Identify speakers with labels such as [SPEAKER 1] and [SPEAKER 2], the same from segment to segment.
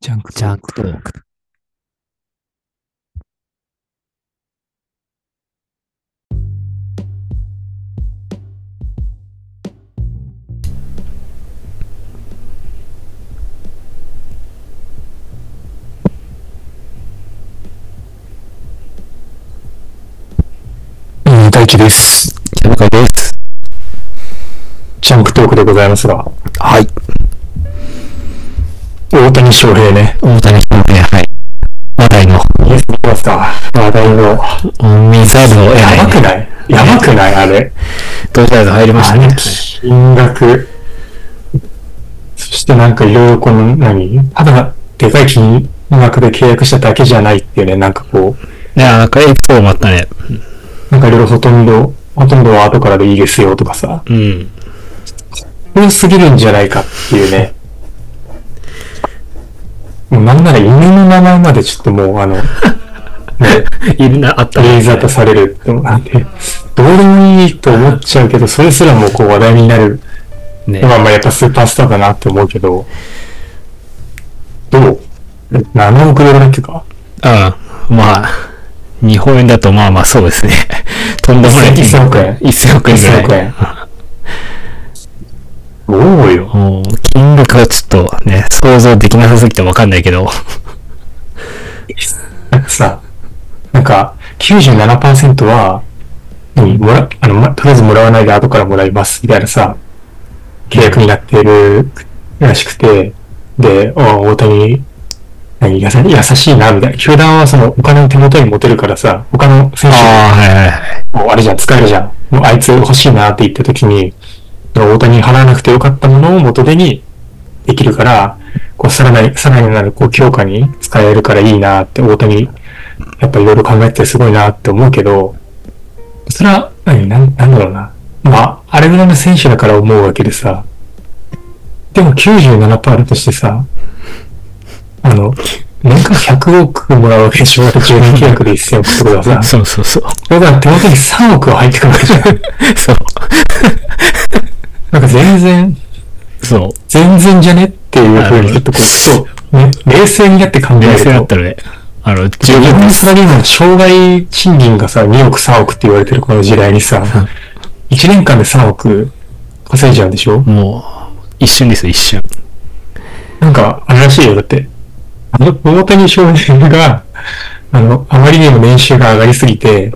[SPEAKER 1] ジャンク
[SPEAKER 2] ジャンクトーク。
[SPEAKER 1] えー、大輝です。
[SPEAKER 2] ジャンカイです。
[SPEAKER 1] ジャンクトークでございますが、
[SPEAKER 2] はい。
[SPEAKER 1] 大谷翔平ね。
[SPEAKER 2] 大谷翔平、はい。話題の、
[SPEAKER 1] ニュース見ますか話題の。や
[SPEAKER 2] ミザルを、え
[SPEAKER 1] ばく
[SPEAKER 2] い。
[SPEAKER 1] ないやばくないあれ。
[SPEAKER 2] ドジャーズ入りまし
[SPEAKER 1] あ
[SPEAKER 2] たね
[SPEAKER 1] の。金額。そしてなんかいろいろこの、何ただ、でかい金額で契約しただけじゃないっていうね、なんかこう、
[SPEAKER 2] ね、なんかエピソードもあったね。
[SPEAKER 1] なんかいろいろほとんど、ほとんどは後からでいいですよとかさ、
[SPEAKER 2] うん。
[SPEAKER 1] 多すぎるんじゃないかっていうね。もうなんなら犬の名前までちょっともうあの、ね、
[SPEAKER 2] いるな、あった
[SPEAKER 1] レイザーとされるってのがあって、どうでもいいと思っちゃうけど、それすらもこう話題になる。
[SPEAKER 2] ね。
[SPEAKER 1] まあまあやっぱスーパースターだなって思うけど、どう ?7 億ドルだっけか
[SPEAKER 2] うん。まあ、日本円だとまあまあそうです ね。とんでもない。
[SPEAKER 1] 1000億円
[SPEAKER 2] 1000億円ぐらい。
[SPEAKER 1] 1000億円おうよ。
[SPEAKER 2] もう、金額はちょっとね、想像できなさすぎてわかんないけど。
[SPEAKER 1] なんかさ、なんか97%は、何もら、あの、ま、とりあえずもらわないで後からもらいます、みたいなさ、契約になっているらしくて、で、あ大谷、何優優しいな、みたいな。球団はそのお金を手元に持てるからさ、他の選手
[SPEAKER 2] ああ、はいはいはい。
[SPEAKER 1] もうあれじゃん、使えるじゃん。もうあいつ欲しいなって言った時に、大谷に払わなくてよかったものを元手にできるから、こうさらなり、さらになるこう強化に使えるからいいなって、大谷、やっぱいろいろ考えててすごいなって思うけど、それは、何、なんなんだろうな。まあ、あれぐらいの選手だから思うわけでさ、でも97%あるとしてさ、あの、年間100億もらうわけでしょ、10年契約で1000億ってことはさ、
[SPEAKER 2] そうそう そう。
[SPEAKER 1] だから手元に3億は入ってくるわけじ ゃん。
[SPEAKER 2] そう。
[SPEAKER 1] なんか全然、
[SPEAKER 2] そう。
[SPEAKER 1] 全然じゃねっていうふうに、ちょっとこう、そう、ね、冷静になって考え
[SPEAKER 2] 冷
[SPEAKER 1] る
[SPEAKER 2] 静だっ
[SPEAKER 1] と。
[SPEAKER 2] たらね、あの、十
[SPEAKER 1] 自分
[SPEAKER 2] 分
[SPEAKER 1] のサラリーマンの障害賃金がさ、2億3億って言われてるこの時代にさ、1年間で3億稼いじゃうんでしょ
[SPEAKER 2] もう、一瞬ですよ、一 瞬。
[SPEAKER 1] なんか、あれらしいよ、だって。あの、大谷翔平が、 あの、あまりにも年収が上がりすぎて、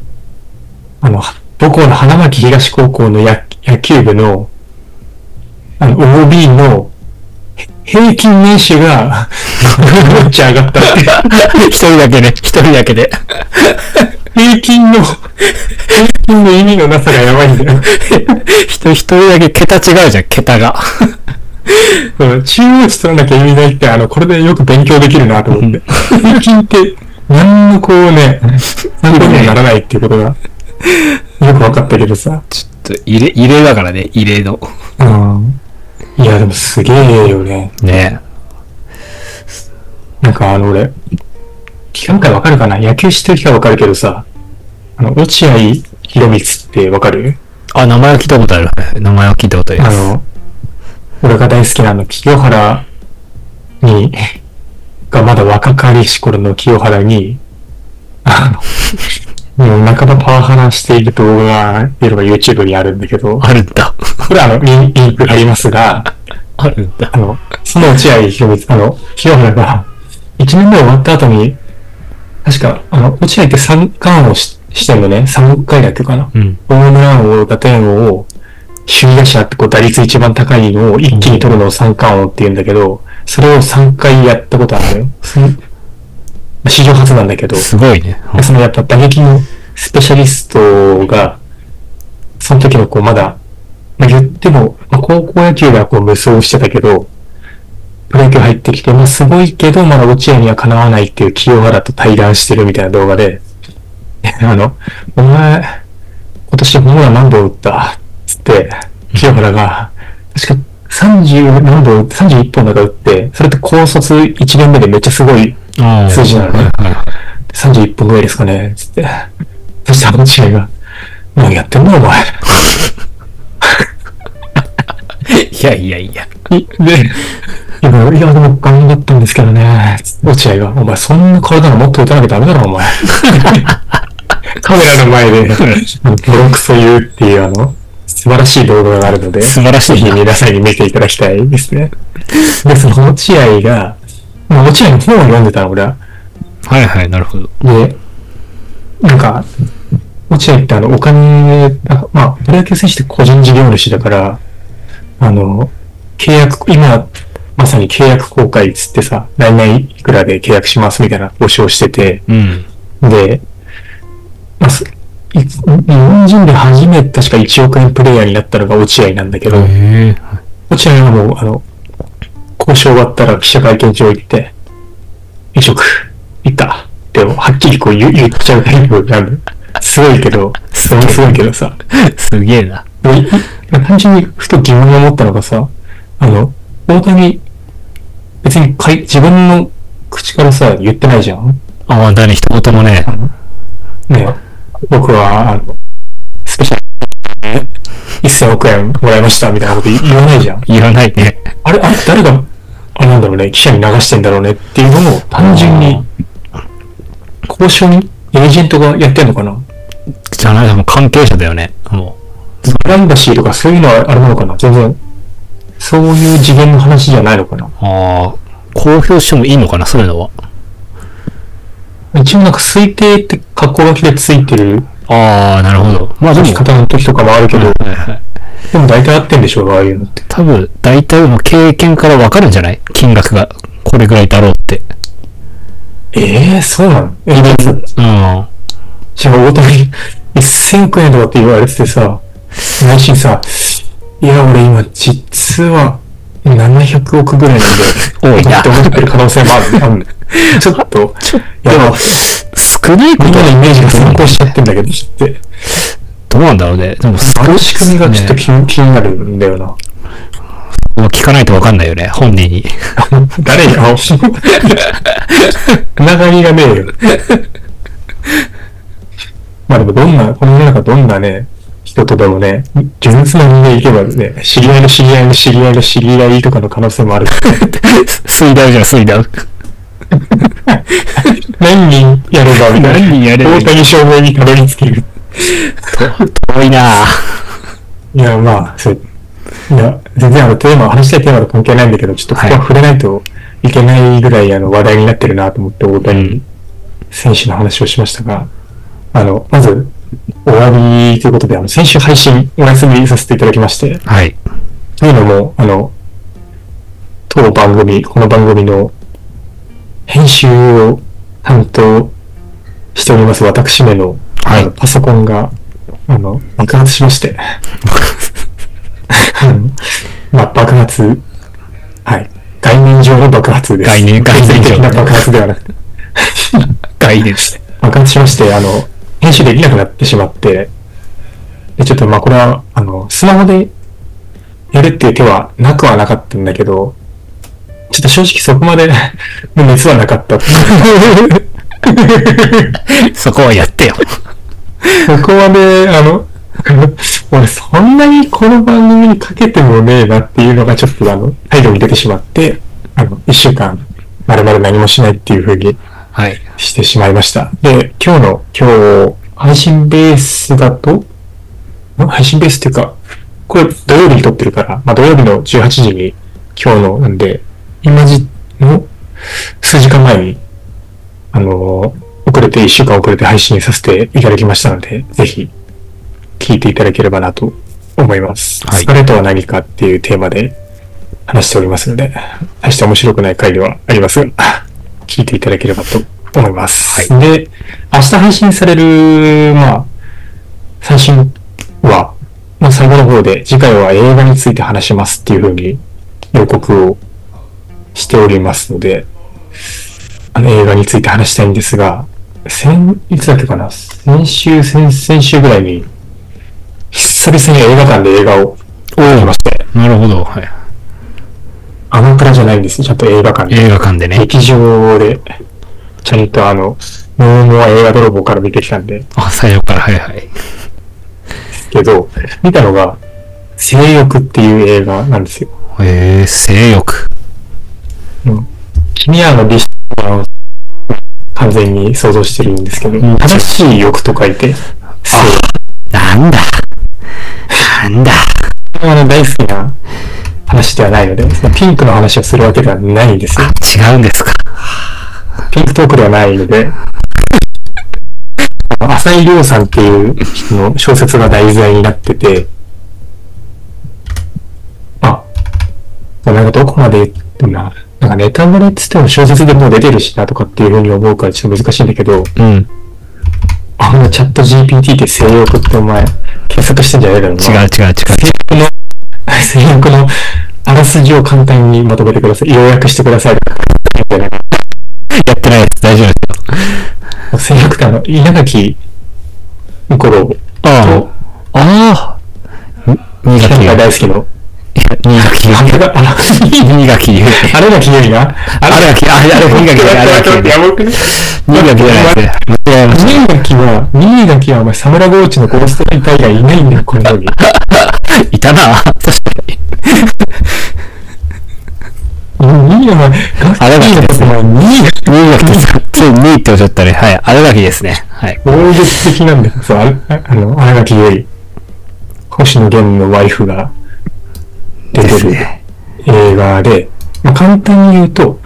[SPEAKER 1] あの、母校の花巻東高校の野野球部の、あの、OB の、へ平均年収が、 めっちゃ上がったって。
[SPEAKER 2] 一人だけね、一人だけで。
[SPEAKER 1] 平均の、平均の意味のなさがやばいんだよ。
[SPEAKER 2] 人、一人だけ桁違うじゃん、桁が。
[SPEAKER 1] そう中央値取らなきゃ意味ないって、あの、これでよく勉強できるなと思って。平均って、何のこうね、何ともならないっていうことが、よく分かったけどさ。
[SPEAKER 2] ちょっと、異例、異例だからね、異例の。
[SPEAKER 1] うん。いや、でもすげえよね。
[SPEAKER 2] ね
[SPEAKER 1] なんかあの、俺、期間会わかるかな野球してる人はわかるけどさ、あの、落合博光ってわかる
[SPEAKER 2] あ、名前は聞いたことある。名前は聞いたことありま
[SPEAKER 1] あ
[SPEAKER 2] す。
[SPEAKER 1] の、俺が大好きなあの、清原に、 がまだ若かりし頃の清原に、あの、もう半ばパワハラしている動画が、いろいろ YouTube にあるんだけど、
[SPEAKER 2] あるんだ。
[SPEAKER 1] これあの、リンリンクありますが、
[SPEAKER 2] あるんだ
[SPEAKER 1] あ。の、その落合博光、あの、清原が、1年目終わった後に、確か、あの、落合って3冠をししてもね、3回だっけかな。
[SPEAKER 2] うん。
[SPEAKER 1] ホームラン王、打点王を、首位打者ってこう打率一番高いのを一気に取るのを三冠王って言うんだけど、それを3回やったことあるのよ。す史上初なんだけど、
[SPEAKER 2] すごいね。うん
[SPEAKER 1] そのやっぱ打撃のスペシャリストが、その時のこうまだ、まあ、言っても、まあ高校野球がこう無双してたけど、プロ野球入ってきて、まあすごいけど、まだ落合にはかなわないっていう清原と対談してるみたいな動画で、 あの、お前、今年ホームラン何本打ったつって、清原が、確か30何本、31本だか打って、それって高卒1年目でめっちゃすごい
[SPEAKER 2] あー
[SPEAKER 1] 数字なのね
[SPEAKER 2] はいはい
[SPEAKER 1] 31本ぐらいですかね、つって。そしたら落合が、何やってんのお前。
[SPEAKER 2] いやいやいや。
[SPEAKER 1] い で、今、いや、でも頑張ったんですけどね、落合が、お前、そんな体のもっと打たなきゃダメだろ、お前。 カメラの前で、あのボロクソ言うっていう、あの、素晴らしい動画があるので、
[SPEAKER 2] 素晴らし
[SPEAKER 1] ぜ
[SPEAKER 2] い
[SPEAKER 1] ひ
[SPEAKER 2] な。
[SPEAKER 1] 皆さんに見ていただきたいですね。で、その落合が、まあ、落合の本を読んでたの、俺は。
[SPEAKER 2] はいはい、なるほど。
[SPEAKER 1] で、なんか、落合ってあの、お金、あまあ、プロ野球選手って個人事業主だから、あの、契約、今、まさに契約公開っつってさ、来年いくらで契約しますみたいな募集をしてて、
[SPEAKER 2] うん。
[SPEAKER 1] で、まあ、すい日本人で初めて確か1億円プレイヤーになったのが落合なんだけど、
[SPEAKER 2] へえ。
[SPEAKER 1] 落合はもう、あの、交渉終わったら記者会見場行って、飲食、行った。って、はっきりこう言う言っちゃうタイプなんだ。すごいけど、それもすごいけどさ。
[SPEAKER 2] すげえな。
[SPEAKER 1] でもい単純にふと疑問に思ったのがさ、あの、大谷、別にかい自分の口からさ、言ってないじゃん
[SPEAKER 2] あ、まだね、一言もね。
[SPEAKER 1] ね僕は、あの、スペシャル、1000億円もらいましたみたいなこと言言わないじゃん
[SPEAKER 2] 言わないね。
[SPEAKER 1] あれ、あれ、誰が、あれなんだろうね、記者に流してんだろうねっていうのを単純に、交渉にエージェントがやってんのかな
[SPEAKER 2] じゃない、もう関係者だよね。も
[SPEAKER 1] プライバシーとかそういうのはあれなのかな全然、そういう次元の話じゃないのかな
[SPEAKER 2] う。ああ。公表してもいいのかな、そういうのは。
[SPEAKER 1] 一応なんか推定って格好書きでついてる
[SPEAKER 2] ああ、なるほど。まあでも、
[SPEAKER 1] 書き方の時とかもあるけど、
[SPEAKER 2] はいはい。
[SPEAKER 1] でも大体合ってんでしょうが、ああいうのって。
[SPEAKER 2] 多分、大体もう経験からわかるんじゃない金額が、これぐらいだろうって。
[SPEAKER 1] ええそうなのえ、だって
[SPEAKER 2] うん。
[SPEAKER 1] じゃあ大谷、1000億円とかって言われててさ、内心さ、いや、俺今、実は、700億ぐらいなん
[SPEAKER 2] 多
[SPEAKER 1] で、
[SPEAKER 2] いな
[SPEAKER 1] って思ってる可能性もあるあるね。ちょっと、
[SPEAKER 2] ちょっ
[SPEAKER 1] いや、でも、
[SPEAKER 2] 少ないこ
[SPEAKER 1] みん
[SPEAKER 2] と
[SPEAKER 1] なのイメージが先行しちゃってんだけど、ちょっ
[SPEAKER 2] ど
[SPEAKER 1] と
[SPEAKER 2] うなんだろうね。でも、
[SPEAKER 1] あの仕組みがちょっと
[SPEAKER 2] ね
[SPEAKER 1] 気,、気になるんだ よな。
[SPEAKER 2] もう聞かないとわかんないよね、本人に。
[SPEAKER 1] 誰 が長みがねえよ。まあでもどんな、この世の中どんなね、人とでもね、純粋な人間いけばね、知り合いの知り合いの知り合いの知り合いとかの可能性 もある。
[SPEAKER 2] 水ダウじゃん、水ダウ。
[SPEAKER 1] 何人やればみたいな。
[SPEAKER 2] 何人やればい
[SPEAKER 1] 大
[SPEAKER 2] い
[SPEAKER 1] 谷証明にたどり着ける。
[SPEAKER 2] 遠いなぁ。
[SPEAKER 1] いや、まあ、そう。いや、全然あのテーマ、話したいテーマと関係ないんだけど、ちょっとここは
[SPEAKER 2] はい
[SPEAKER 1] 触れないといけないぐらいあの話題になってるなと思って、大
[SPEAKER 2] う
[SPEAKER 1] 谷
[SPEAKER 2] ん。
[SPEAKER 1] 選手の話をしましたが、あの、まず、お詫びということで、あの、先週配信お休みさせていただきまして、
[SPEAKER 2] はい。
[SPEAKER 1] というのも、あの、当番組、この番組の編集を担当しております私めの、
[SPEAKER 2] はい
[SPEAKER 1] あのパソコンが、あの、爆発し まして、あのまあ、爆発、はい、概念上の爆発です。
[SPEAKER 2] 概念概念上
[SPEAKER 1] 的
[SPEAKER 2] の
[SPEAKER 1] な爆発ではなくて。
[SPEAKER 2] 概念して。
[SPEAKER 1] 爆発しまして、あの、編集できなくなってしまって、で、ちょっとまあこれは、あの、スマホでやるっていう手はなくはなかったんだけど、ちょっと正直そこまで の熱はなかった。
[SPEAKER 2] そこはやってよ。
[SPEAKER 1] そこまで、あの、 俺そんなにこの番組にかけてもねえなっていうのがちょっとあの、態度に出てしまって、あの、一週間、まるまる何もしないっていう風に
[SPEAKER 2] はい。
[SPEAKER 1] してしまいました。で、今日の、今日、配信ベースだと、ん配信ベースっていうか、これ土曜日に撮ってるから、まあ土曜日の18時に今日のなんで、今時の数時間前に、あのー遅れて、1週間遅れて配信させていただきましたので、ぜひ、聞いていただければなと思います。
[SPEAKER 2] はい
[SPEAKER 1] 疲れとは何かっていうテーマで話しておりますので、大して面白くない回ではありますが、 聞いていただければと思います。で、明日配信される、まあ、最新は、まあ、最後の方で、次回は映画について話しますっていう風に予告をしておりますので、あの映画について話したいんですが、先、いつだっけかな先週、先々週ぐらいに、久々に映画館で映画を
[SPEAKER 2] お
[SPEAKER 1] 見ま
[SPEAKER 2] お
[SPEAKER 1] して、
[SPEAKER 2] なるほど。はい。
[SPEAKER 1] アマプラじゃないんです。ちゃんと映画館で。
[SPEAKER 2] 映画館でね。
[SPEAKER 1] 劇場で、ちゃんとあの、ノーモア映画泥棒から見てきたんで、
[SPEAKER 2] あ、最初から、はいはい。
[SPEAKER 1] けど、見たのが、性欲っていう映画なんですよ。
[SPEAKER 2] えー、性欲。
[SPEAKER 1] 君はあの理想を完全に想像してるんですけど、
[SPEAKER 2] ん
[SPEAKER 1] 正しい欲と書いて、性
[SPEAKER 2] なんだ。なんだ。
[SPEAKER 1] これはあの大好きな話ではないので、そのピンクの話をするわけではないんですよ。
[SPEAKER 2] 違うんですか。
[SPEAKER 1] ピンクトークではないので、あの浅井亮さんっていう人の小説が題材になってて、あ、もうなんかどこまで言ってもな、なんかネタバレっつっても小説でもう出てるしなとかっていうふうに思うからちょっと難しいんだけど、
[SPEAKER 2] うん。違う
[SPEAKER 1] あのチャット GPT って性欲ってお前、検索してんじゃないだろうな。
[SPEAKER 2] 違う違う。
[SPEAKER 1] この、 最悪のあらすじを簡単にまとめてください。要約してください。みたいな。
[SPEAKER 2] やってないです。大丈夫ですよ。
[SPEAKER 1] 制約官の稲垣五郎
[SPEAKER 2] あ
[SPEAKER 1] と、
[SPEAKER 2] あ。ああ。に
[SPEAKER 1] キ
[SPEAKER 2] 苦き
[SPEAKER 1] ャン
[SPEAKER 2] 言
[SPEAKER 1] が
[SPEAKER 2] う。
[SPEAKER 1] 大好きの、
[SPEAKER 2] 苦き
[SPEAKER 1] あれ
[SPEAKER 2] 言う。
[SPEAKER 1] が、あ
[SPEAKER 2] にがき言う。
[SPEAKER 1] あれがひどいな。
[SPEAKER 2] あれがき、あれがき、にがき、あれがき。
[SPEAKER 1] やばくね
[SPEAKER 2] にがきじゃないですね。間違えまし
[SPEAKER 1] 新垣は、新垣はお前、サムラゴーチのゴーストライター以外いないんだよ、この世 に。
[SPEAKER 2] た。いたな。確かに。
[SPEAKER 1] 新垣は、
[SPEAKER 2] あれがきですね
[SPEAKER 1] お前、新垣、
[SPEAKER 2] にがきですか。ついにっておっしゃったね。はい。あれがきですね。はい。
[SPEAKER 1] 暴力的なんだよ。そう、あれあの、新垣より、星野源のワイフが出
[SPEAKER 2] で
[SPEAKER 1] て
[SPEAKER 2] す
[SPEAKER 1] る
[SPEAKER 2] ね。
[SPEAKER 1] 映画で、まあ、簡単に言うと、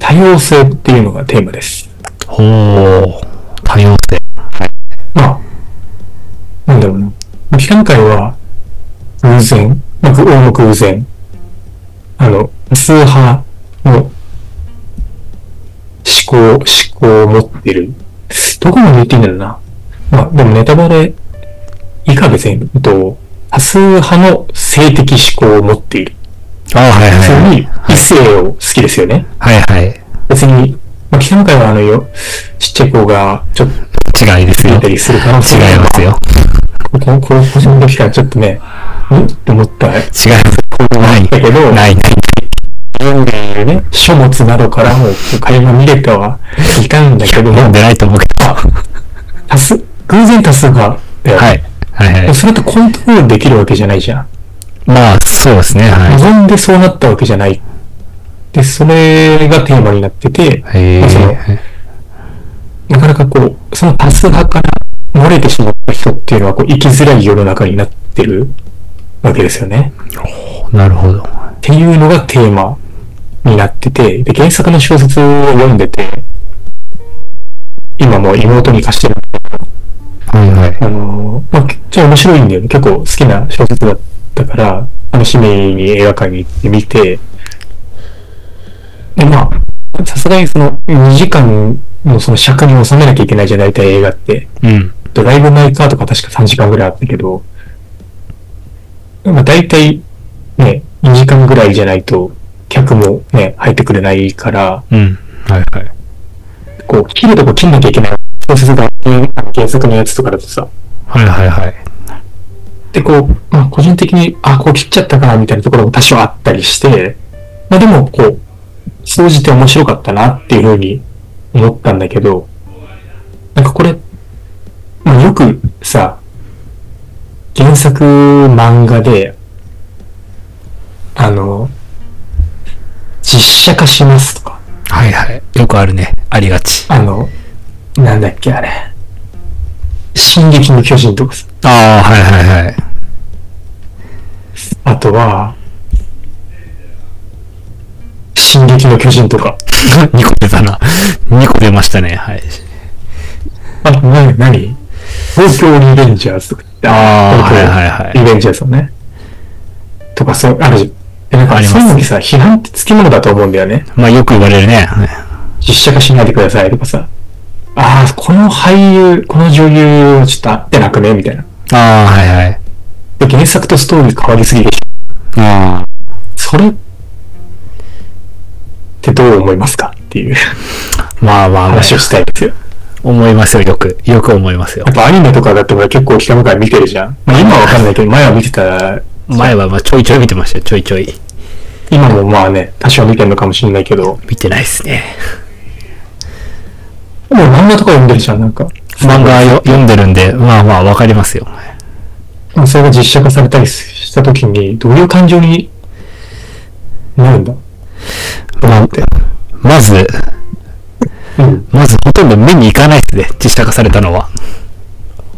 [SPEAKER 1] 多様性っていうのがテーマです。
[SPEAKER 2] ほう。多様性。
[SPEAKER 1] まあ、なんだろうな。期間会は、偶然、まあ、大の偶然、あの、数派の思考、思考を持ってる。どこまで言っていいんだろうな。まあ、でもネタバレ以下で全部と、多数派の性的思考を持っている。
[SPEAKER 2] ああ、はい
[SPEAKER 1] それ
[SPEAKER 2] はい
[SPEAKER 1] に。、異性を好きですよね。
[SPEAKER 2] はいはい。
[SPEAKER 1] 別に、まあ、期間会はあのよ、ちっちゃい子がちょっと
[SPEAKER 2] 違いです
[SPEAKER 1] つ
[SPEAKER 2] よ。
[SPEAKER 1] いた
[SPEAKER 2] 違い
[SPEAKER 1] りする可能性がある
[SPEAKER 2] ますよ。
[SPEAKER 1] この高校生の時からちょっとね、んって思ったんだ
[SPEAKER 2] 違います。ない。
[SPEAKER 1] けど、
[SPEAKER 2] ない。ない。
[SPEAKER 1] 読んでいるね、書物などからも会話見れたはいたんだけど
[SPEAKER 2] 飲ん
[SPEAKER 1] も、
[SPEAKER 2] でないと思うけど。
[SPEAKER 1] 多数、偶然多数が、
[SPEAKER 2] はい。はいはい。
[SPEAKER 1] それってコントロールできるわけじゃないじゃん。
[SPEAKER 2] まあ、そうですね。は
[SPEAKER 1] 望んでそうなったわけじゃない。で、それがテーマになってて、
[SPEAKER 2] い。へえ
[SPEAKER 1] まあその。なかなかこう、その多数派から漏れてしまった人っていうのは、こう、生きづらい世の中になってるわけですよね。
[SPEAKER 2] なるほど。
[SPEAKER 1] っていうのがテーマになってて、で、原作の小説を読んでて、今もう妹に貸してる。
[SPEAKER 2] はいはい。
[SPEAKER 1] あのーまあ、めっちゃ面白いんだよね。結構好きな小説だったから、楽しみに映画館に行って見て、で、まあ、さすがにその2時間のその尺に収めなきゃいけないじゃん、大体映画って。
[SPEAKER 2] うん。
[SPEAKER 1] ドライブ・マイ・カーとか確か3時間ぐらいあったけど、まあ大体ね、2時間ぐらいじゃないと客もね、入ってくれないから、
[SPEAKER 2] うん。はいはい。
[SPEAKER 1] こう、切るとこ切んなきゃいけない。小説が、あの原作のやつとかだとさ。
[SPEAKER 2] はいはいはい。
[SPEAKER 1] で、こう、まあ個人的に、あ、こう切っちゃったかなみたいなところも多少あったりして、まあでも、こう、総じて面白かったなっていうふうに思ったんだけど、なんかこれ、まあ、よくさ、原作漫画で、あの、実写化しますとか、
[SPEAKER 2] はいはい。よくあるね。ありがち。
[SPEAKER 1] あの、なんだっけあれ、進撃の巨人とかさ、
[SPEAKER 2] ああ、はいはい はい。
[SPEAKER 1] あとは、進撃の巨人とか。
[SPEAKER 2] 2個出たな。2個出ましたね。はい。
[SPEAKER 1] あ、な、なに東京リベンジャーズとか。
[SPEAKER 2] あー
[SPEAKER 1] 東京
[SPEAKER 2] はいはいはい
[SPEAKER 1] リベンジャーズのね。とか、そう、あるじゃん。えなん
[SPEAKER 2] あ
[SPEAKER 1] か、
[SPEAKER 2] ります
[SPEAKER 1] そういうのにさ、批判ってつきものだと思うんだよね。
[SPEAKER 2] まあ、よく言われるね。はい
[SPEAKER 1] 実写化しないでくださいとかさ。ああ、この俳優、この女優、ちょっと合ってなくねみたいな。
[SPEAKER 2] ああ、はいはい。
[SPEAKER 1] で、原作とストーリー変わりすぎでしょ。
[SPEAKER 2] あ
[SPEAKER 1] それってどう思いますかっていう
[SPEAKER 2] あ。まあまあまあ、
[SPEAKER 1] 話をしたいですよ。
[SPEAKER 2] 思いますよ。よく。よく思いますよ
[SPEAKER 1] や。っぱアニメとかだって俺結構期間から見てるじゃん。まあ、今はわかんないけど、前は見てた、
[SPEAKER 2] 前はまあちょいちょい見てましたよ。ちょいちょい。
[SPEAKER 1] 今もまあね、多少見てるのかもしれないけど、
[SPEAKER 2] 見てないですね。
[SPEAKER 1] でも漫画とか読んでるじゃん、なんか。
[SPEAKER 2] 漫画よ読んでるんで、まあまあわかりますよ。
[SPEAKER 1] それが実写化されたりした時に、どういう感情になるんだ。
[SPEAKER 2] まあ、まず、
[SPEAKER 1] うん。
[SPEAKER 2] まずほとんど目に行かないですね、実写化されたのは。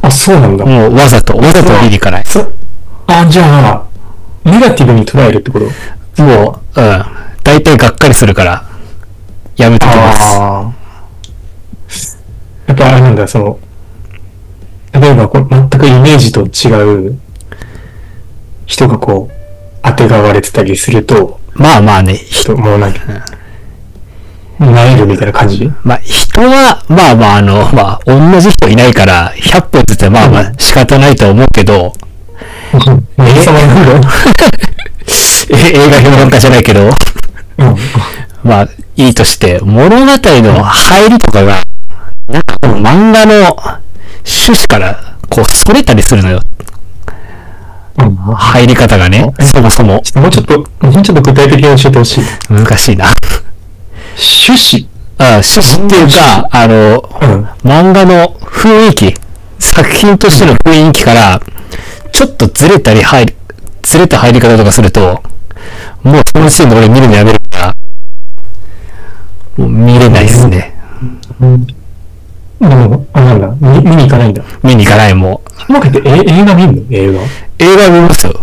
[SPEAKER 1] あ、そうなんだ。
[SPEAKER 2] もうわざと、わざと見に行かない。
[SPEAKER 1] そあ、じゃあ、ネガティブに捉えるってこと
[SPEAKER 2] もう、うん。大体がっかりするから、やめときます。
[SPEAKER 1] あー。やっぱあれなんだ、その、例えばこう全くイメージと違う人がこう、当てがわれてたりすると、
[SPEAKER 2] まあまあね、ひ
[SPEAKER 1] ちょっともうなんか、なえるみたいな感じ
[SPEAKER 2] まあ人は、まあまああの、まあ同じ人いないから、100歩ずつはまあまあ仕方ないとは思うけど、
[SPEAKER 1] うん。
[SPEAKER 2] え
[SPEAKER 1] え、そのなんだ
[SPEAKER 2] え映画評論家じゃないけど、
[SPEAKER 1] うん。
[SPEAKER 2] まあいいとして、物語の入りとかが、なんかこの漫画の趣旨から、こう、それたりするのよ。
[SPEAKER 1] うん。は
[SPEAKER 2] 入り方がね、そもそも。
[SPEAKER 1] い。もうちょっと、もうちょっと具体的に教えてほしい。
[SPEAKER 2] 難しいな。
[SPEAKER 1] 趣旨。
[SPEAKER 2] あ趣旨っていうか、あの、
[SPEAKER 1] うん。
[SPEAKER 2] 漫画の雰囲気、作品としての雰囲気から、ちょっとずれたり入り、ずれた入り方とかすると、もうその時点で俺見るのやめるから、もう見れないですね。
[SPEAKER 1] うんでも、あ、なんだ、見見に行かないんだ。
[SPEAKER 2] 見に行かない、もう。
[SPEAKER 1] うまくってえ映画見んの映画。
[SPEAKER 2] 映画見ますよ。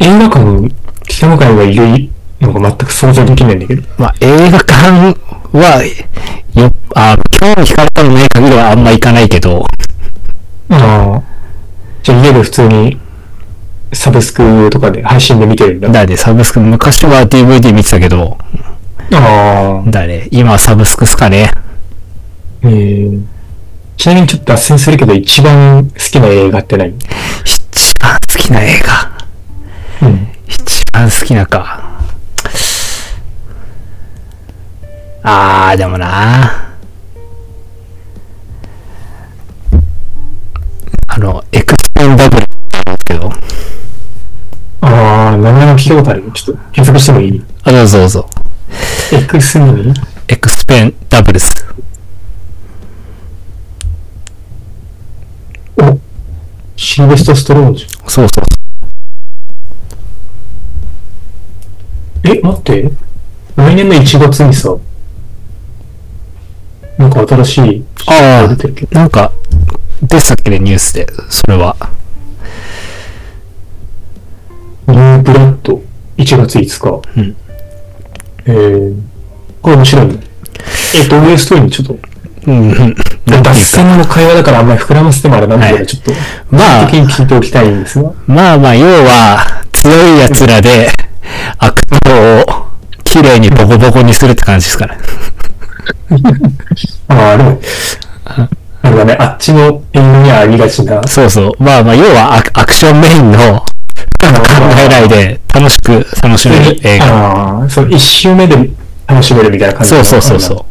[SPEAKER 1] 映画館に北向井がいるのが全く想像できないんだけど。
[SPEAKER 2] まあ、映画館は、よ、あ、興味惹かれたのない限りはあんま行かないけど、
[SPEAKER 1] ああ。じゃあ家で普通にサブスクとかで配信で見てるんだ。
[SPEAKER 2] だね、サブスク、昔は DVD 見てたけど、
[SPEAKER 1] ああ。
[SPEAKER 2] だね、今はサブスクっすかね。
[SPEAKER 1] えー、ちなみにちょっと脱線するけど一番好きな映画って何うん。
[SPEAKER 2] 一番好きな映画。一番好きなか。あー、でもな。あの、エクスペンダブルなんですけど。
[SPEAKER 1] ああ、名前も聞いたことあるよ。ちょっと検索してもいい
[SPEAKER 2] あ、どうぞどうぞ。
[SPEAKER 1] ?X に
[SPEAKER 2] エクスペンダブルス。
[SPEAKER 1] お、シルベスト・ストローンじ
[SPEAKER 2] そうそう。
[SPEAKER 1] ゃん。え、待って。来年の1月にさ、なんか新しい
[SPEAKER 2] あ
[SPEAKER 1] 出
[SPEAKER 2] ー
[SPEAKER 1] てるけど。
[SPEAKER 2] なんか、出てたっけね、ニュースで。それは。
[SPEAKER 1] ニューブラッド、1月5日。
[SPEAKER 2] うん
[SPEAKER 1] えー、これ面白いね。えっと、ウエストにちょっと、
[SPEAKER 2] うん、うん。なんて
[SPEAKER 1] 脱
[SPEAKER 2] いうか。
[SPEAKER 1] 線の会話だからあんまり膨らませてもあれなんだけど、
[SPEAKER 2] はい
[SPEAKER 1] ちょっと、
[SPEAKER 2] まあ
[SPEAKER 1] 時、に聞いておきたいんですが。
[SPEAKER 2] まあまあ、要は、強い奴らで、悪党を、綺麗にボコボコにするって感じですから。
[SPEAKER 1] ああ、でも、あれだね、あっちの映画にはありがちな、
[SPEAKER 2] そうそう。まあまあ、要はアクアクションメインの考えないで楽しく楽しめる映画。
[SPEAKER 1] ああ、そう、一周目で楽しめるみたいな感じ
[SPEAKER 2] そ
[SPEAKER 1] の
[SPEAKER 2] うそうそうそう。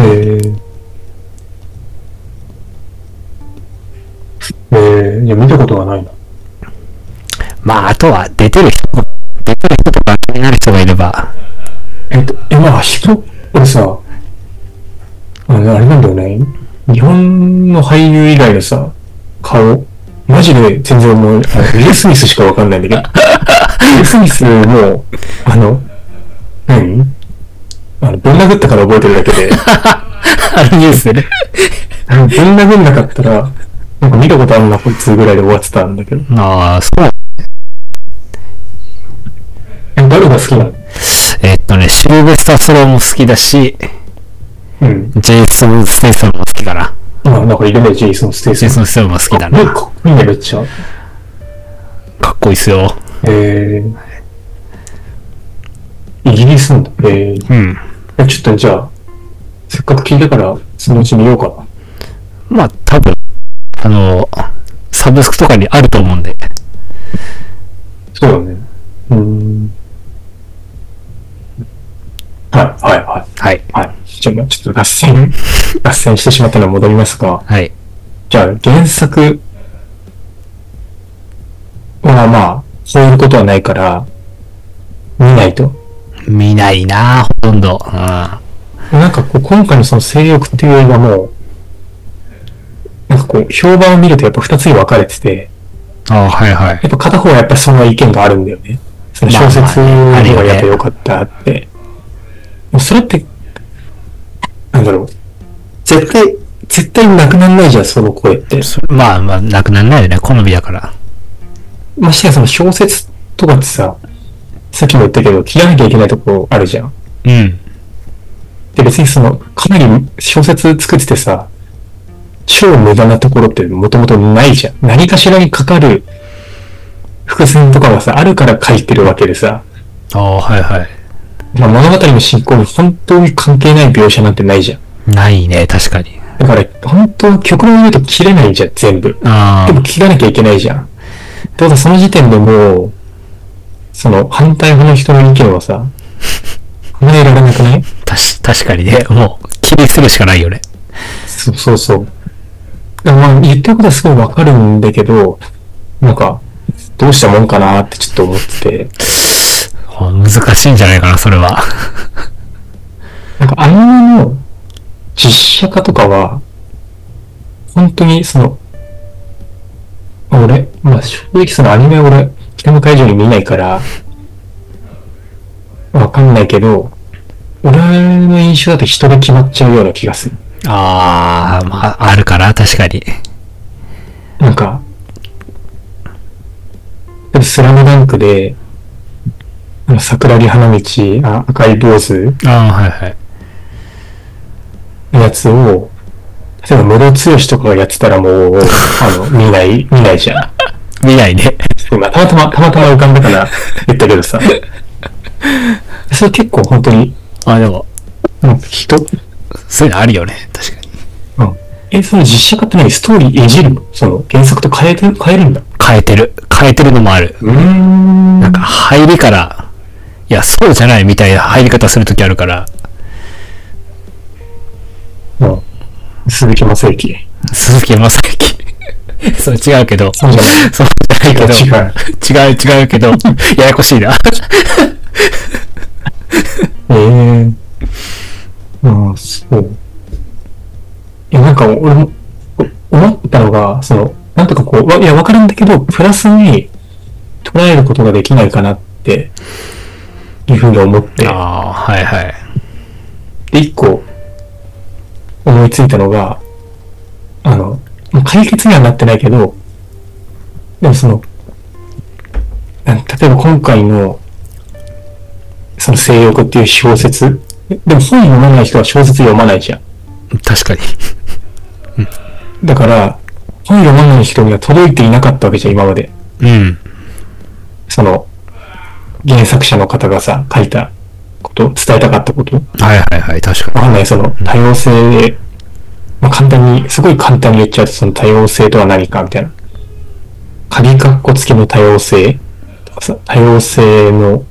[SPEAKER 1] あれなんだへえ。えー、いや、見たことがないな。
[SPEAKER 2] まあ、あとは出てる人、出てる人とか気になる人がいれば、
[SPEAKER 1] えっと、え、まあ、人、俺さ、あの、あれなんだよね。日本の俳優以外のさ、顔、マジで全然もう、あ のウィル・スミスしかわかんないんだけど。ウィル・スミスも、あの、何あの、ぶん殴ったから覚えてるだけ で、
[SPEAKER 2] あのニュースでね。
[SPEAKER 1] あのぶん殴んなかったら、なんか見たことあるな、こいつぐらいで終わってたんだけど。
[SPEAKER 2] まあ、そう。
[SPEAKER 1] え、誰が好きなの
[SPEAKER 2] えっとね、シルベスタ・ストローンも好きだし、
[SPEAKER 1] うん。
[SPEAKER 2] ジェイソン・ステイソンも好きかな。
[SPEAKER 1] まあ、なんかいるね、ジェイソン・ステイ
[SPEAKER 2] ジ
[SPEAKER 1] ソ
[SPEAKER 2] ェ
[SPEAKER 1] ン。
[SPEAKER 2] イソン・ステイソンも好きだ
[SPEAKER 1] ね、
[SPEAKER 2] な。
[SPEAKER 1] かっこいいね、めっちゃ。
[SPEAKER 2] かっこいいっすよ。
[SPEAKER 1] えー、イギリスなんだ。えー
[SPEAKER 2] うん。
[SPEAKER 1] え、ちょっとじゃあ、せっかく聞いたから、そのうち見ようかな。
[SPEAKER 2] まあ、多分、あの、サブスクとかにあると思うんで。
[SPEAKER 1] そうだね。うーん。はい、はい、は
[SPEAKER 2] はい。
[SPEAKER 1] い、はい。じゃあ、ちょっと脱 線、脱線してしまったので戻りますが、
[SPEAKER 2] はい。
[SPEAKER 1] じゃあ、原作はまあ、そういうことはないから、見ないと。
[SPEAKER 2] 見ないなほとんど。うん。
[SPEAKER 1] なんかこう、今回のその性欲っていう映画も、なんかこう、評判を見るとやっぱ二つに分かれてて、
[SPEAKER 2] あはいはい。
[SPEAKER 1] やっぱ片方はやっぱりその意見があるんだよね。その小説
[SPEAKER 2] まあまあある
[SPEAKER 1] の
[SPEAKER 2] よ
[SPEAKER 1] が
[SPEAKER 2] ね
[SPEAKER 1] やっぱ良かったって。もうそれって、なんだろう。絶対、絶対なくならないじゃん、その声って。
[SPEAKER 2] そまあまあ、なくならないよね。好みだから。
[SPEAKER 1] ましてやその小説とかってさ、さっきも言ったけど、切らなきゃいけないとこあるじゃん。
[SPEAKER 2] うん。
[SPEAKER 1] で、別にその、かなり小説作っててさ、超無駄なところってもともとないじゃん。何かしらにかかる伏線とかがさ、あるから書いてるわけでさ、
[SPEAKER 2] ああ、はいはい。
[SPEAKER 1] まあ、物語の進行に本当に関係ない描写なんてないじゃん。
[SPEAKER 2] ないね、確かに。
[SPEAKER 1] だから、本当は極論言うと切れないじゃん、全部。
[SPEAKER 2] あ
[SPEAKER 1] でも
[SPEAKER 2] あ、
[SPEAKER 1] 切らなきゃいけないじゃん。ってことはその時点でもう、その反対派の人の意見はさ、離れられなくない
[SPEAKER 2] たし、確かにね。もう、気にするしかないよね。
[SPEAKER 1] そうそうそう。だからまあ言ってることはすごいわかるんだけど、なんか、どうしたもんかなってちょっと思ってて、
[SPEAKER 2] あ難しいんじゃないかな、それ は。
[SPEAKER 1] なんかアニメの実写化とかは、本当にその、俺、まあ正直そのアニメ俺、北の会場に見ないから、わかんないけど、俺の印象だと人で決まっちゃうような気がする。
[SPEAKER 2] ああ、まあ、あるから、確かに。
[SPEAKER 1] なんか、でもスラムダンクで、あの桜木花道、あ赤い坊主
[SPEAKER 2] ああ、はいはい。
[SPEAKER 1] のやつを、例えば、ムロツヨシとかがやってたらもう、あの、見ない、見ないじゃん。
[SPEAKER 2] 見ないね。
[SPEAKER 1] 今、たまたま、たまたま浮かんだから言ったけどさ。それ結構本当に、
[SPEAKER 2] あでも、
[SPEAKER 1] うん人、
[SPEAKER 2] そういうのあるよね、確かに。
[SPEAKER 1] うん。え、その実写化って何ストーリーいじるのその、原作と変えて、変えるんだ。
[SPEAKER 2] 変えてる。変えてるのもある。
[SPEAKER 1] うん。
[SPEAKER 2] なんか、入りから、いや、そうじゃないみたいな入り方するときあるから、
[SPEAKER 1] うん。鈴木正幸。
[SPEAKER 2] 鈴木正幸。 そう、違うけど。
[SPEAKER 1] そうじゃない
[SPEAKER 2] そうじゃないけど。
[SPEAKER 1] 違う。
[SPEAKER 2] 違う、違うけど、 ややこしいな。
[SPEAKER 1] ええああ、そう。いや、なんか俺もお思ったのが、その、なんとかこう、わいや、わかるんだけど、プラスに捉えることができないかなって、いうふうに思って、
[SPEAKER 2] ああ、はいはい。
[SPEAKER 1] で、一個、思いついたのが、あの、もう解決にはなってないけど、でもその、なん例えば今回の、その性欲っていう小説、ででも本読まない人は小説読まないじゃん。
[SPEAKER 2] 確かに。
[SPEAKER 1] だから、本読まない人には届いていなかったわけじゃん、今まで。
[SPEAKER 2] うん。
[SPEAKER 1] その、原作者の方がさ、書いたこと、伝えたかったこと。
[SPEAKER 2] はいはいはい、確かに。
[SPEAKER 1] わかんない、その多様性で、まあ、簡単に、すごい簡単に言っちゃうと、その多様性とは何かみたいな。鍵括弧付きの多様性とかさ、多様性の、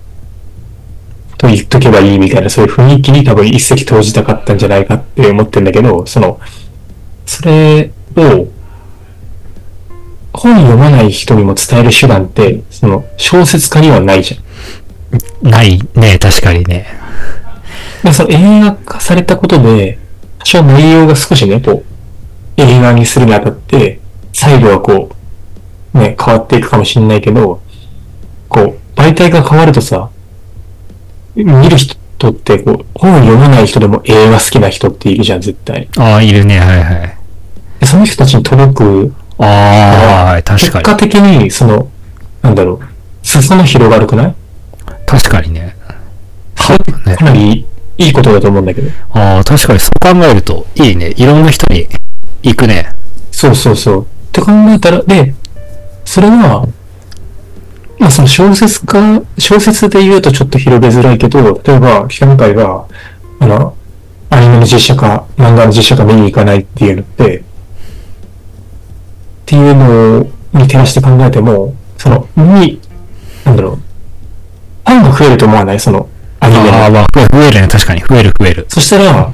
[SPEAKER 1] と言っとけばいいみたいな、そういう雰囲気に多分一石投じたかったんじゃないかって思ってんだけど、その、それを、本読まない人にも伝える手段って、その、小説家にはないじゃん。
[SPEAKER 2] ないね、確かにね。
[SPEAKER 1] でその映画化されたことで、多少内容が少しね、こう、映画にするにあたって、最後はこう、ね、変わっていくかもしれないけど、こう、媒体が変わるとさ、見る人って、こう、本を読まない人でも映画好きな人っているじゃん、絶対。
[SPEAKER 2] ああ、いるね、はいはい。
[SPEAKER 1] でその人たちに届く、
[SPEAKER 2] ああ、はい、確
[SPEAKER 1] 結
[SPEAKER 2] か
[SPEAKER 1] 果
[SPEAKER 2] に。
[SPEAKER 1] 的に、その、なんだろう、裾の広がるくない
[SPEAKER 2] 確かにね。ね
[SPEAKER 1] かなりいいことだと思うんだけど。
[SPEAKER 2] ああ、確かにそう考えると、いいね。いろんな人に行くね。
[SPEAKER 1] そうそうそう。って考えたら、で、それは、まあその小説家、小説で言うとちょっと広げづらいけど、例えば、北向会が、あの、アニメの実写化、漫画の実写化見に行かないっていうのって、っていうのに照らして考えても、その、に、なんだろう、ファンが増えると思わないその、アニメ
[SPEAKER 2] ああ、
[SPEAKER 1] の。
[SPEAKER 2] まあ、増え増えるね、確かに。増える増える。
[SPEAKER 1] そしたら、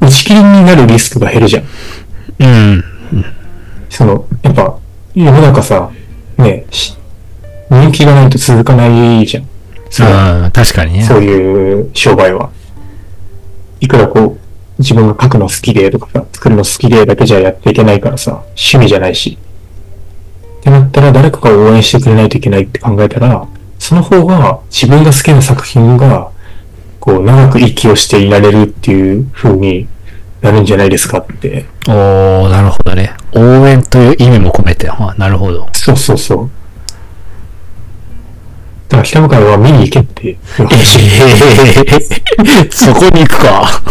[SPEAKER 1] 打ち切りになるリスクが減るじゃん。
[SPEAKER 2] うん。
[SPEAKER 1] その、やっぱ、世の中さ、ね、し人気がないと続かないじゃん。そう
[SPEAKER 2] うん、確かにね。
[SPEAKER 1] そういう商売は。いくらこう、自分が書くの好きでとかさ、作るの好きでだけじゃやっていけないからさ、趣味じゃないし。ってなったら誰かが応援してくれないといけないって考えたら、その方が自分が好きな作品が、こう、長く息をしていられるっていう風になるんじゃないですかって。
[SPEAKER 2] おー、なるほどね。応援という意味も込めて。あ、なるほ ど。
[SPEAKER 1] そうそうそう。だから北向井は見に行けっていう
[SPEAKER 2] え
[SPEAKER 1] 話。
[SPEAKER 2] そこに行くか。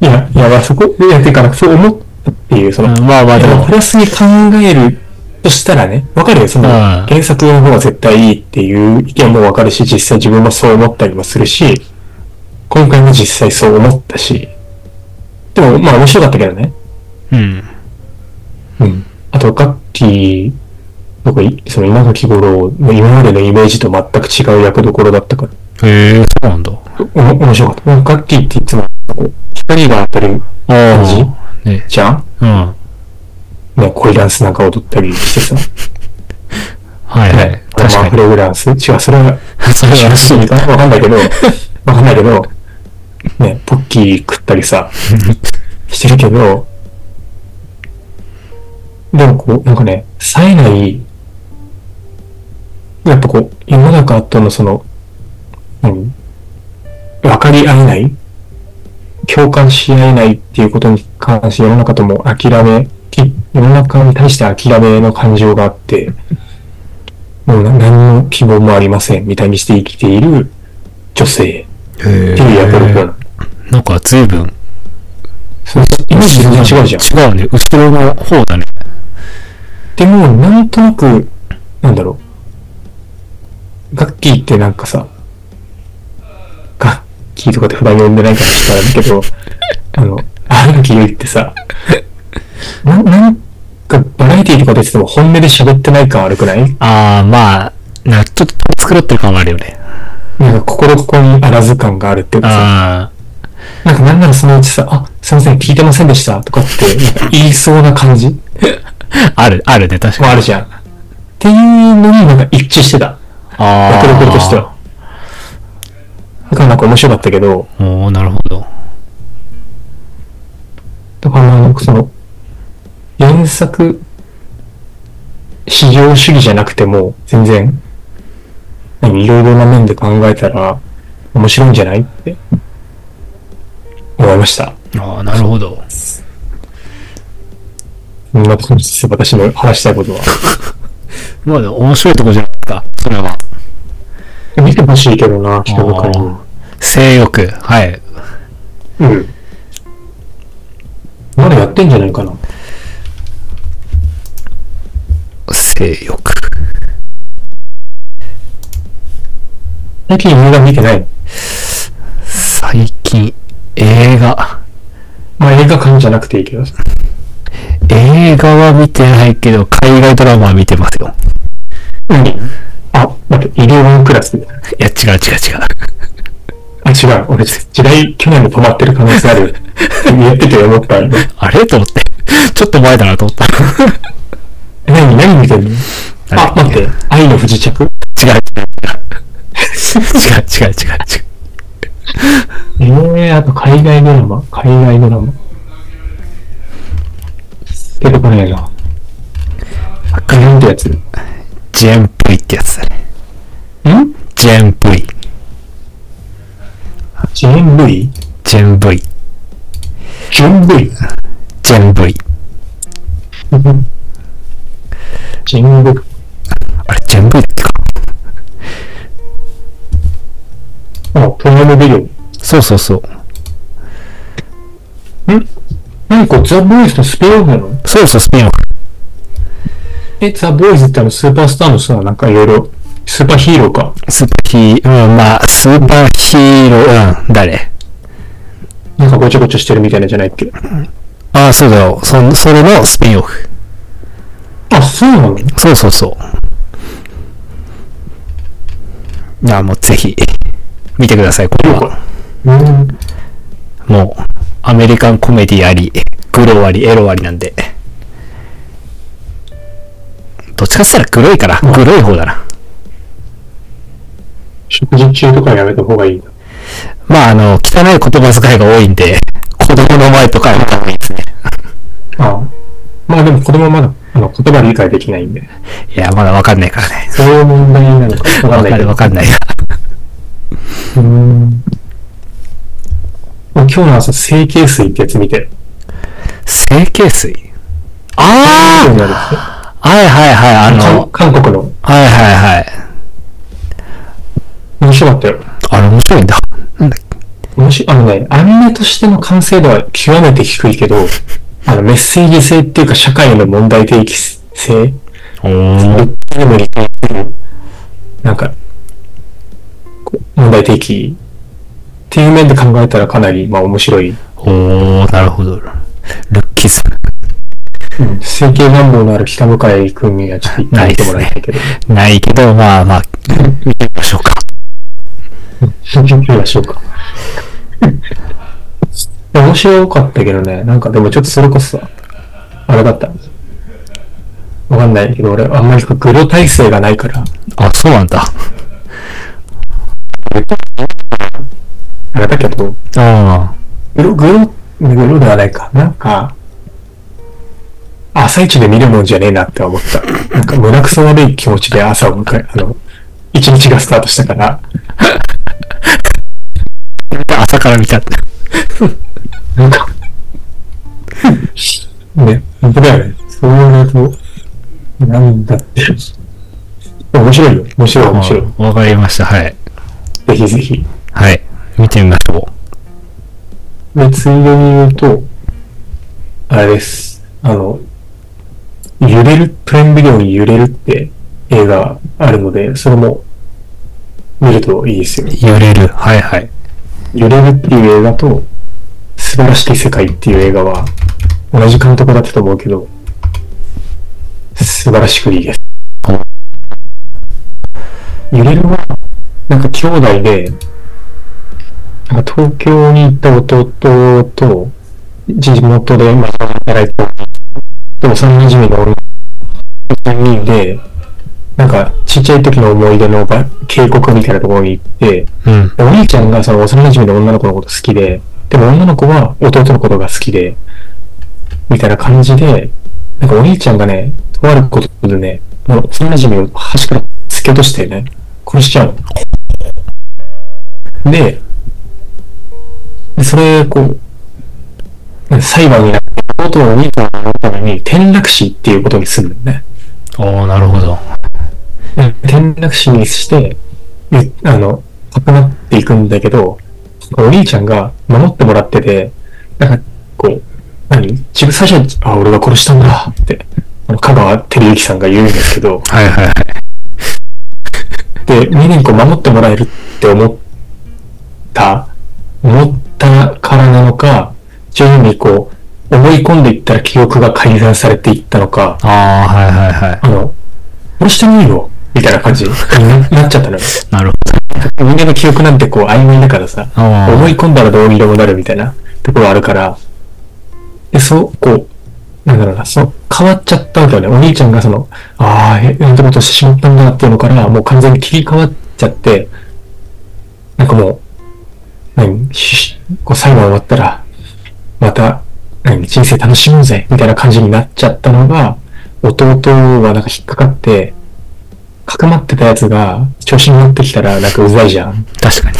[SPEAKER 1] いや、いや、まあそこ、いや、てか、そう思ったっていう、その、
[SPEAKER 2] うんまあまあで
[SPEAKER 1] でも
[SPEAKER 2] も
[SPEAKER 1] プ。ラスに考えるとしたらね、わかるよ、その、
[SPEAKER 2] うん
[SPEAKER 1] 原作の方が絶対いいっていう意見もわかるし、実際自分もそう思ったりもするし、今回も実際そう思ったし、でも、まあ面白かったけどね。
[SPEAKER 2] うん。
[SPEAKER 1] うん。あと、ガッキー、僕、いその稲垣吾郎の今までのイメージと全く違う役どころだったから、
[SPEAKER 2] へえ、そうなんだ。
[SPEAKER 1] お面白かった。ガッキーっていつも、こう、光が当たる感じ
[SPEAKER 2] ああ。ね。
[SPEAKER 1] じゃん
[SPEAKER 2] うん。は
[SPEAKER 1] ね、恋ダンスなんか踊ったりしてさ。
[SPEAKER 2] いは
[SPEAKER 1] ね
[SPEAKER 2] い。、確
[SPEAKER 1] マ
[SPEAKER 2] か
[SPEAKER 1] ンフ
[SPEAKER 2] に。
[SPEAKER 1] レグランス違う、それは、
[SPEAKER 2] それは
[SPEAKER 1] 趣
[SPEAKER 2] そう
[SPEAKER 1] 味かわかんないけど、わかんないけど、ね、ポッキー食ったりさ、してるけど、でもこう、なんかね、冴えない、やっぱこう、世の中とのその、うん、分かり合えない共感し合えないっていうことに関して世の中とも諦め、き世の中に対して諦めの感情があって、もうな何の希望もありませんみたいにして生きている女性
[SPEAKER 2] へ
[SPEAKER 1] っていう役割 な
[SPEAKER 2] え。
[SPEAKER 1] の。
[SPEAKER 2] なんか随分。
[SPEAKER 1] そうイメージ全然違うじゃん。
[SPEAKER 2] 違うね。後ろの方だね。
[SPEAKER 1] でも、なんとなく、なんだろう。ガッキーってなんかさ、ガッキーとかって普段呼んでないからちょっとあれだけど、あの、荒木由衣ってさ、ななんかバラエティーとか出てても本音で喋ってない感悪くない
[SPEAKER 2] ああ、まあ、なんかちょっと繕ってる感はあるよね。
[SPEAKER 1] なんか心ここにあらず感があるっていうかさ、
[SPEAKER 2] あ
[SPEAKER 1] なんかなんならそのうちさ、あ、すいません、聞いてませんでしたとかって、なんか言いそうな感じも
[SPEAKER 2] あ、ある、あるね、確かに。
[SPEAKER 1] あるじゃん。っていうのになんか一致してた。
[SPEAKER 2] あ
[SPEAKER 1] 役どころとしては。だからなんか面白かったけど、
[SPEAKER 2] あ。おおなるほど。
[SPEAKER 1] だからなんかその、原作、至上主義じゃなくても、全然、何いろいろな面で考えたら、面白いんじゃないって、思いました。
[SPEAKER 2] ああ、なるほど。
[SPEAKER 1] そんな感じです、私の話したいことは。
[SPEAKER 2] まあ、でも面白いとこじゃなかった。それは。
[SPEAKER 1] 見てほしいけどな、北向
[SPEAKER 2] あ性欲。はい。
[SPEAKER 1] に。うん。まだやってんじゃないかな。
[SPEAKER 2] 性欲。
[SPEAKER 1] 最近映画見てないの
[SPEAKER 2] 最近、映画。
[SPEAKER 1] まあ映画館じゃなくていいけどさ。
[SPEAKER 2] 映画は見てないけど、海外ドラマは見てますよ。
[SPEAKER 1] 何あ、待って、医療ワンクラス。
[SPEAKER 2] いや、違う違う違う。
[SPEAKER 1] あ、違う。俺、時代、去年も止まってる可能性あ る。やってて思った。え
[SPEAKER 2] あれと思って。ちょっと前だなと思った。
[SPEAKER 1] 何、何見てるの あ、待って。愛の不時着
[SPEAKER 2] 違う違う違う。違う違う違う違う。
[SPEAKER 1] ええあと海外ドラマ。海外ドラマ。出てこないな。あ、クレンってやつ。ん
[SPEAKER 2] ジェンプイってやつだね。ジェンプイ。
[SPEAKER 1] ジェンブイ
[SPEAKER 2] ジェンブイ。
[SPEAKER 1] ジェンブイ
[SPEAKER 2] ジェンブイ。
[SPEAKER 1] ジェンブイ。
[SPEAKER 2] あれ、ジェンブイだっけか。
[SPEAKER 1] あ、プライムビデオ。
[SPEAKER 2] そうそうそう。
[SPEAKER 1] なんかザ・ボーイズのスピンオフなの
[SPEAKER 2] そうそう、スピンオフ。
[SPEAKER 1] え、ザ・ボーイズってあのスーパースターのさ、なんかいろいろ、スーパーヒーローか。
[SPEAKER 2] スーパーヒー、うん、まあ、スーパーヒーロー、うん、誰
[SPEAKER 1] なんかごちゃごちゃしてるみたいなんじゃないっけ
[SPEAKER 2] ああ、そうだよ。そ、それのスピンオフ。
[SPEAKER 1] あ、そうなの
[SPEAKER 2] そうそうそう。いや、もうぜひ、見てください、これは。
[SPEAKER 1] うん。
[SPEAKER 2] もう、アメリカンコメディあり、グロあり、エロありなんで。どっちかって言ったらグロいから、グロい方だな。
[SPEAKER 1] 食事中とかやめた方がいいんだ。
[SPEAKER 2] まあ、あの、汚い言葉遣いが多い んで、子供の前とかはやめた方がいいですね。
[SPEAKER 1] ああ。まあでも子供はまだあの、言葉理解できないんで。
[SPEAKER 2] いや、まだわかんないからね。
[SPEAKER 1] そういう問題なのかわか
[SPEAKER 2] わ
[SPEAKER 1] んない
[SPEAKER 2] か
[SPEAKER 1] け
[SPEAKER 2] る
[SPEAKER 1] ど
[SPEAKER 2] わ。かんない。
[SPEAKER 1] うーん。まあ今日の朝、整形水ってやつ見て、
[SPEAKER 2] 成形水あ
[SPEAKER 1] 今日に
[SPEAKER 2] ー
[SPEAKER 1] なるって
[SPEAKER 2] はいはいはい、あ
[SPEAKER 1] 韓
[SPEAKER 2] の、
[SPEAKER 1] 韓国の。
[SPEAKER 2] はいはいはい。
[SPEAKER 1] 面白かったよ。
[SPEAKER 2] あれ面白いんだ。なんだっけ
[SPEAKER 1] 面白い。あのね、アニメとしての完成度は極めて低いけど、あの、メッセージ性っていうか、社会の問題提起性
[SPEAKER 2] お
[SPEAKER 1] ど
[SPEAKER 2] ー
[SPEAKER 1] っちでも理解する。なんか、こう問題提起っていう面で考えたらかなり、まあ面白い。
[SPEAKER 2] おー、なるほど。ルッキズム。
[SPEAKER 1] 整形願望のある北向井君にはちょっと一回見てもらいたいけど。
[SPEAKER 2] ないけど、まあまあ、見てみましょうか。
[SPEAKER 1] 見てみましょうか。 いや面白かったけどね、なんかでもちょっとそれこそさ、あれだった。わかんないけど、俺、あんまりグロ体制がないから、
[SPEAKER 2] あ、そうなんだ。
[SPEAKER 1] あれだけど、
[SPEAKER 2] あ
[SPEAKER 1] グロ、グロ、グロではないか。なんか、朝一で見るもんじゃねえなって思った。なんか胸くそ悪い気持ちで朝を迎え、あの、一日がスタートしたから、
[SPEAKER 2] あ。朝から見た。
[SPEAKER 1] なんか、ね、本当だよね。そういうと、なんだって。面白いよ。面白い、面白い。
[SPEAKER 2] わかりました。はい。
[SPEAKER 1] ぜひぜひ。
[SPEAKER 2] はい。見てみましょ
[SPEAKER 1] で、ついでに言うと、あれです。あの、揺れる、プレンビデオに揺れるって映画あるので、それも見るといいですよ。
[SPEAKER 2] う。揺れる。はいはい。
[SPEAKER 1] 揺れるっていう映画と、素晴らしき世界っていう映画は、同じ監督だったと思うけど、素晴らしくいいです。揺れるは、なんか兄弟で、なんか東京に行った弟と、地元で、まあ、働いてるで、幼馴染の女3人で、なんか、ちっちゃい時の思い出のば渓谷みたいなところに行って、
[SPEAKER 2] うん。
[SPEAKER 1] お兄ちゃんがその幼馴染の女の子のこと好きで、でも女の子は弟のことが好きで、みたいな感じで、なんかお兄ちゃんがね、とあることでね、もう幼馴染を端から突き落としてね、殺しちゃうの。で、でそれ、こう、裁判になって、弟のお兄ちゃんのために転落死っていうことにするのね。
[SPEAKER 2] おー、なるほど。
[SPEAKER 1] 転落死にして、ゆあの、亡くなっていくんだけど、お兄ちゃんが守ってもらってて、なんか、こう、何自分最初に、あ、俺が殺したんだって、あの香川照之さんが言うんですけど、
[SPEAKER 2] はいはいはい。
[SPEAKER 1] で、ミネコ守ってもらえるって思った、思ったからなのか、徐々にこう、思い込んでいったら記憶が改ざんされていったのか、
[SPEAKER 2] あー、はいはいはい。
[SPEAKER 1] あの、殺してもいいよみたいな感じになっちゃったのよ。
[SPEAKER 2] なるほど。
[SPEAKER 1] みんなの記憶なんてこう曖昧だからさ、
[SPEAKER 2] あー
[SPEAKER 1] 思い込んだらどうにでもなるみたいなところあるから、で、そう、こう、なんだろうな、そう、変わっちゃったわけよね。お兄ちゃんがその、ああ、え変なことしてしまったんだっていうのから、もう完全に切り替わっちゃって、なんかもう、何、しこう裁判終わったら、また、何、人生楽しもうぜ、みたいな感じになっちゃったのが、弟はなんか引っかかって、かくまってたやつが、調子に乗ってきたら、なんかうざいじゃん。
[SPEAKER 2] 確 かに。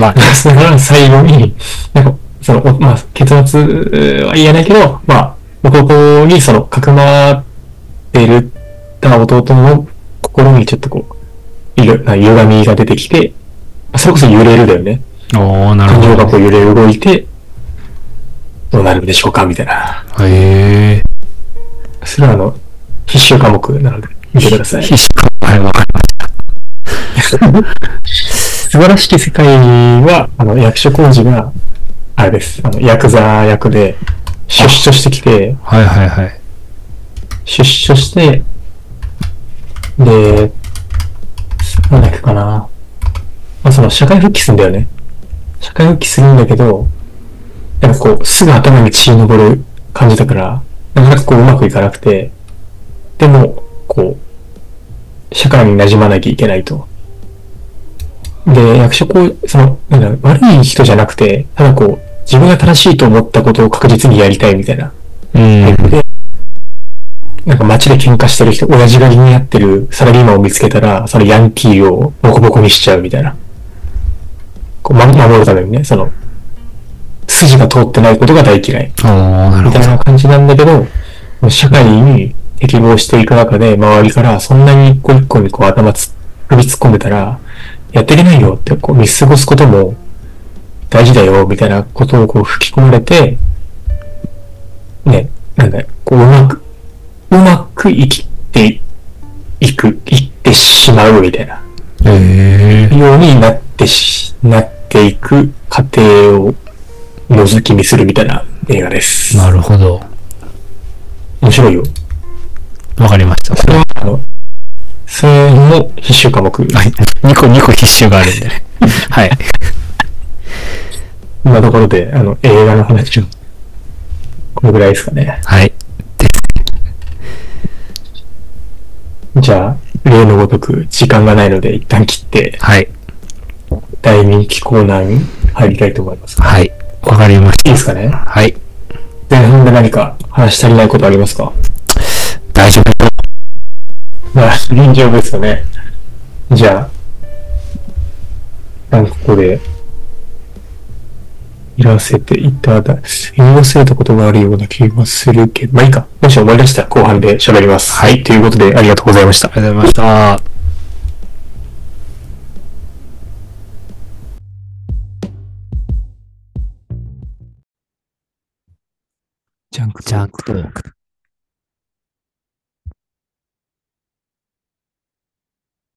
[SPEAKER 2] まあ、
[SPEAKER 1] それから最後に、なんか、その、おまあ、結末は言えないけど、まあ、ここに、その、かくまってるた弟の心にちょっとこう、いろ、な歪みが出てきて、それこそ揺れるだよね。
[SPEAKER 2] おー、なる
[SPEAKER 1] 感情
[SPEAKER 2] ほ
[SPEAKER 1] がこ
[SPEAKER 2] ど。
[SPEAKER 1] う揺れ動いて、どうなるんでしょうかみたいな。
[SPEAKER 2] へえ。
[SPEAKER 1] それはあの、必修科目なので、見てください。
[SPEAKER 2] 必死か。はい、わかりまし
[SPEAKER 1] 素晴らしき世界は、あの、役所工事が、あれです。あの、ヤクザ役で、出所してきて、
[SPEAKER 2] た。はいはいはい。
[SPEAKER 1] 出所して、で、なんだっけかな。まあ、その、社会復帰するんだよね。社会復帰するんだけど、なんかこう、すぐ頭に血昇る感じだから、なかなかこう、うまくいかなくて、でも、こう、社会に馴染まなきゃいけないと。で、役所こう、その、なんだろう悪い人じゃなくて、ただこう、自分が正しいと思ったことを確実にやりたいみたいな。
[SPEAKER 2] うん。
[SPEAKER 1] で、なんか街で喧嘩してる人、親父が気になってるサラリーマンを見つけたら、そのヤンキーをボコボコにしちゃうみたいな。こう、ま、守るためにね、その、筋が通ってないことが大嫌い。
[SPEAKER 2] おー、なる
[SPEAKER 1] み
[SPEAKER 2] ほ
[SPEAKER 1] たいな感じなんだけど、社会に適合していく中で、周りからそんなに一個一個にこう頭つ、首突っ込んでたら、やっていけないよってこう見過ごすことも大事だよ、みたいなことをこう吹き込まれて、ね、なんだよこううまく、うまく生きていく、生きてしまうみたいな、
[SPEAKER 2] ど。へえ。
[SPEAKER 1] ようになってし、なっていく過程を覗き見するみたいな映画です。
[SPEAKER 2] なるほど。
[SPEAKER 1] 面白いよ。
[SPEAKER 2] わかりました。
[SPEAKER 1] これは、あの、それも必修科目。
[SPEAKER 2] はい。2個、2個必修があるんでね。 はい。
[SPEAKER 1] 今ところで、あの、映画の話を。このぐらいですかね。
[SPEAKER 2] はい。
[SPEAKER 1] じゃあ、例のごとく時間がないので、一旦切って、
[SPEAKER 2] はい。
[SPEAKER 1] 大人気コーナーに入りたいと思います。
[SPEAKER 2] はい。わかりまし
[SPEAKER 1] いい
[SPEAKER 2] た。
[SPEAKER 1] ですかね
[SPEAKER 2] はい。
[SPEAKER 1] 前半で何か話し足りないことありますか
[SPEAKER 2] 大丈夫。
[SPEAKER 1] まあ、臨場ですよね。じゃあ、なんかここで、いらせていただ、言い忘れたことがあるような気がするけど、まあいいか。もし思い出したら後半で喋ります。はい。ということで、ありがとうございました
[SPEAKER 2] あ。りがとうございました。ジャンクジャンクトーク。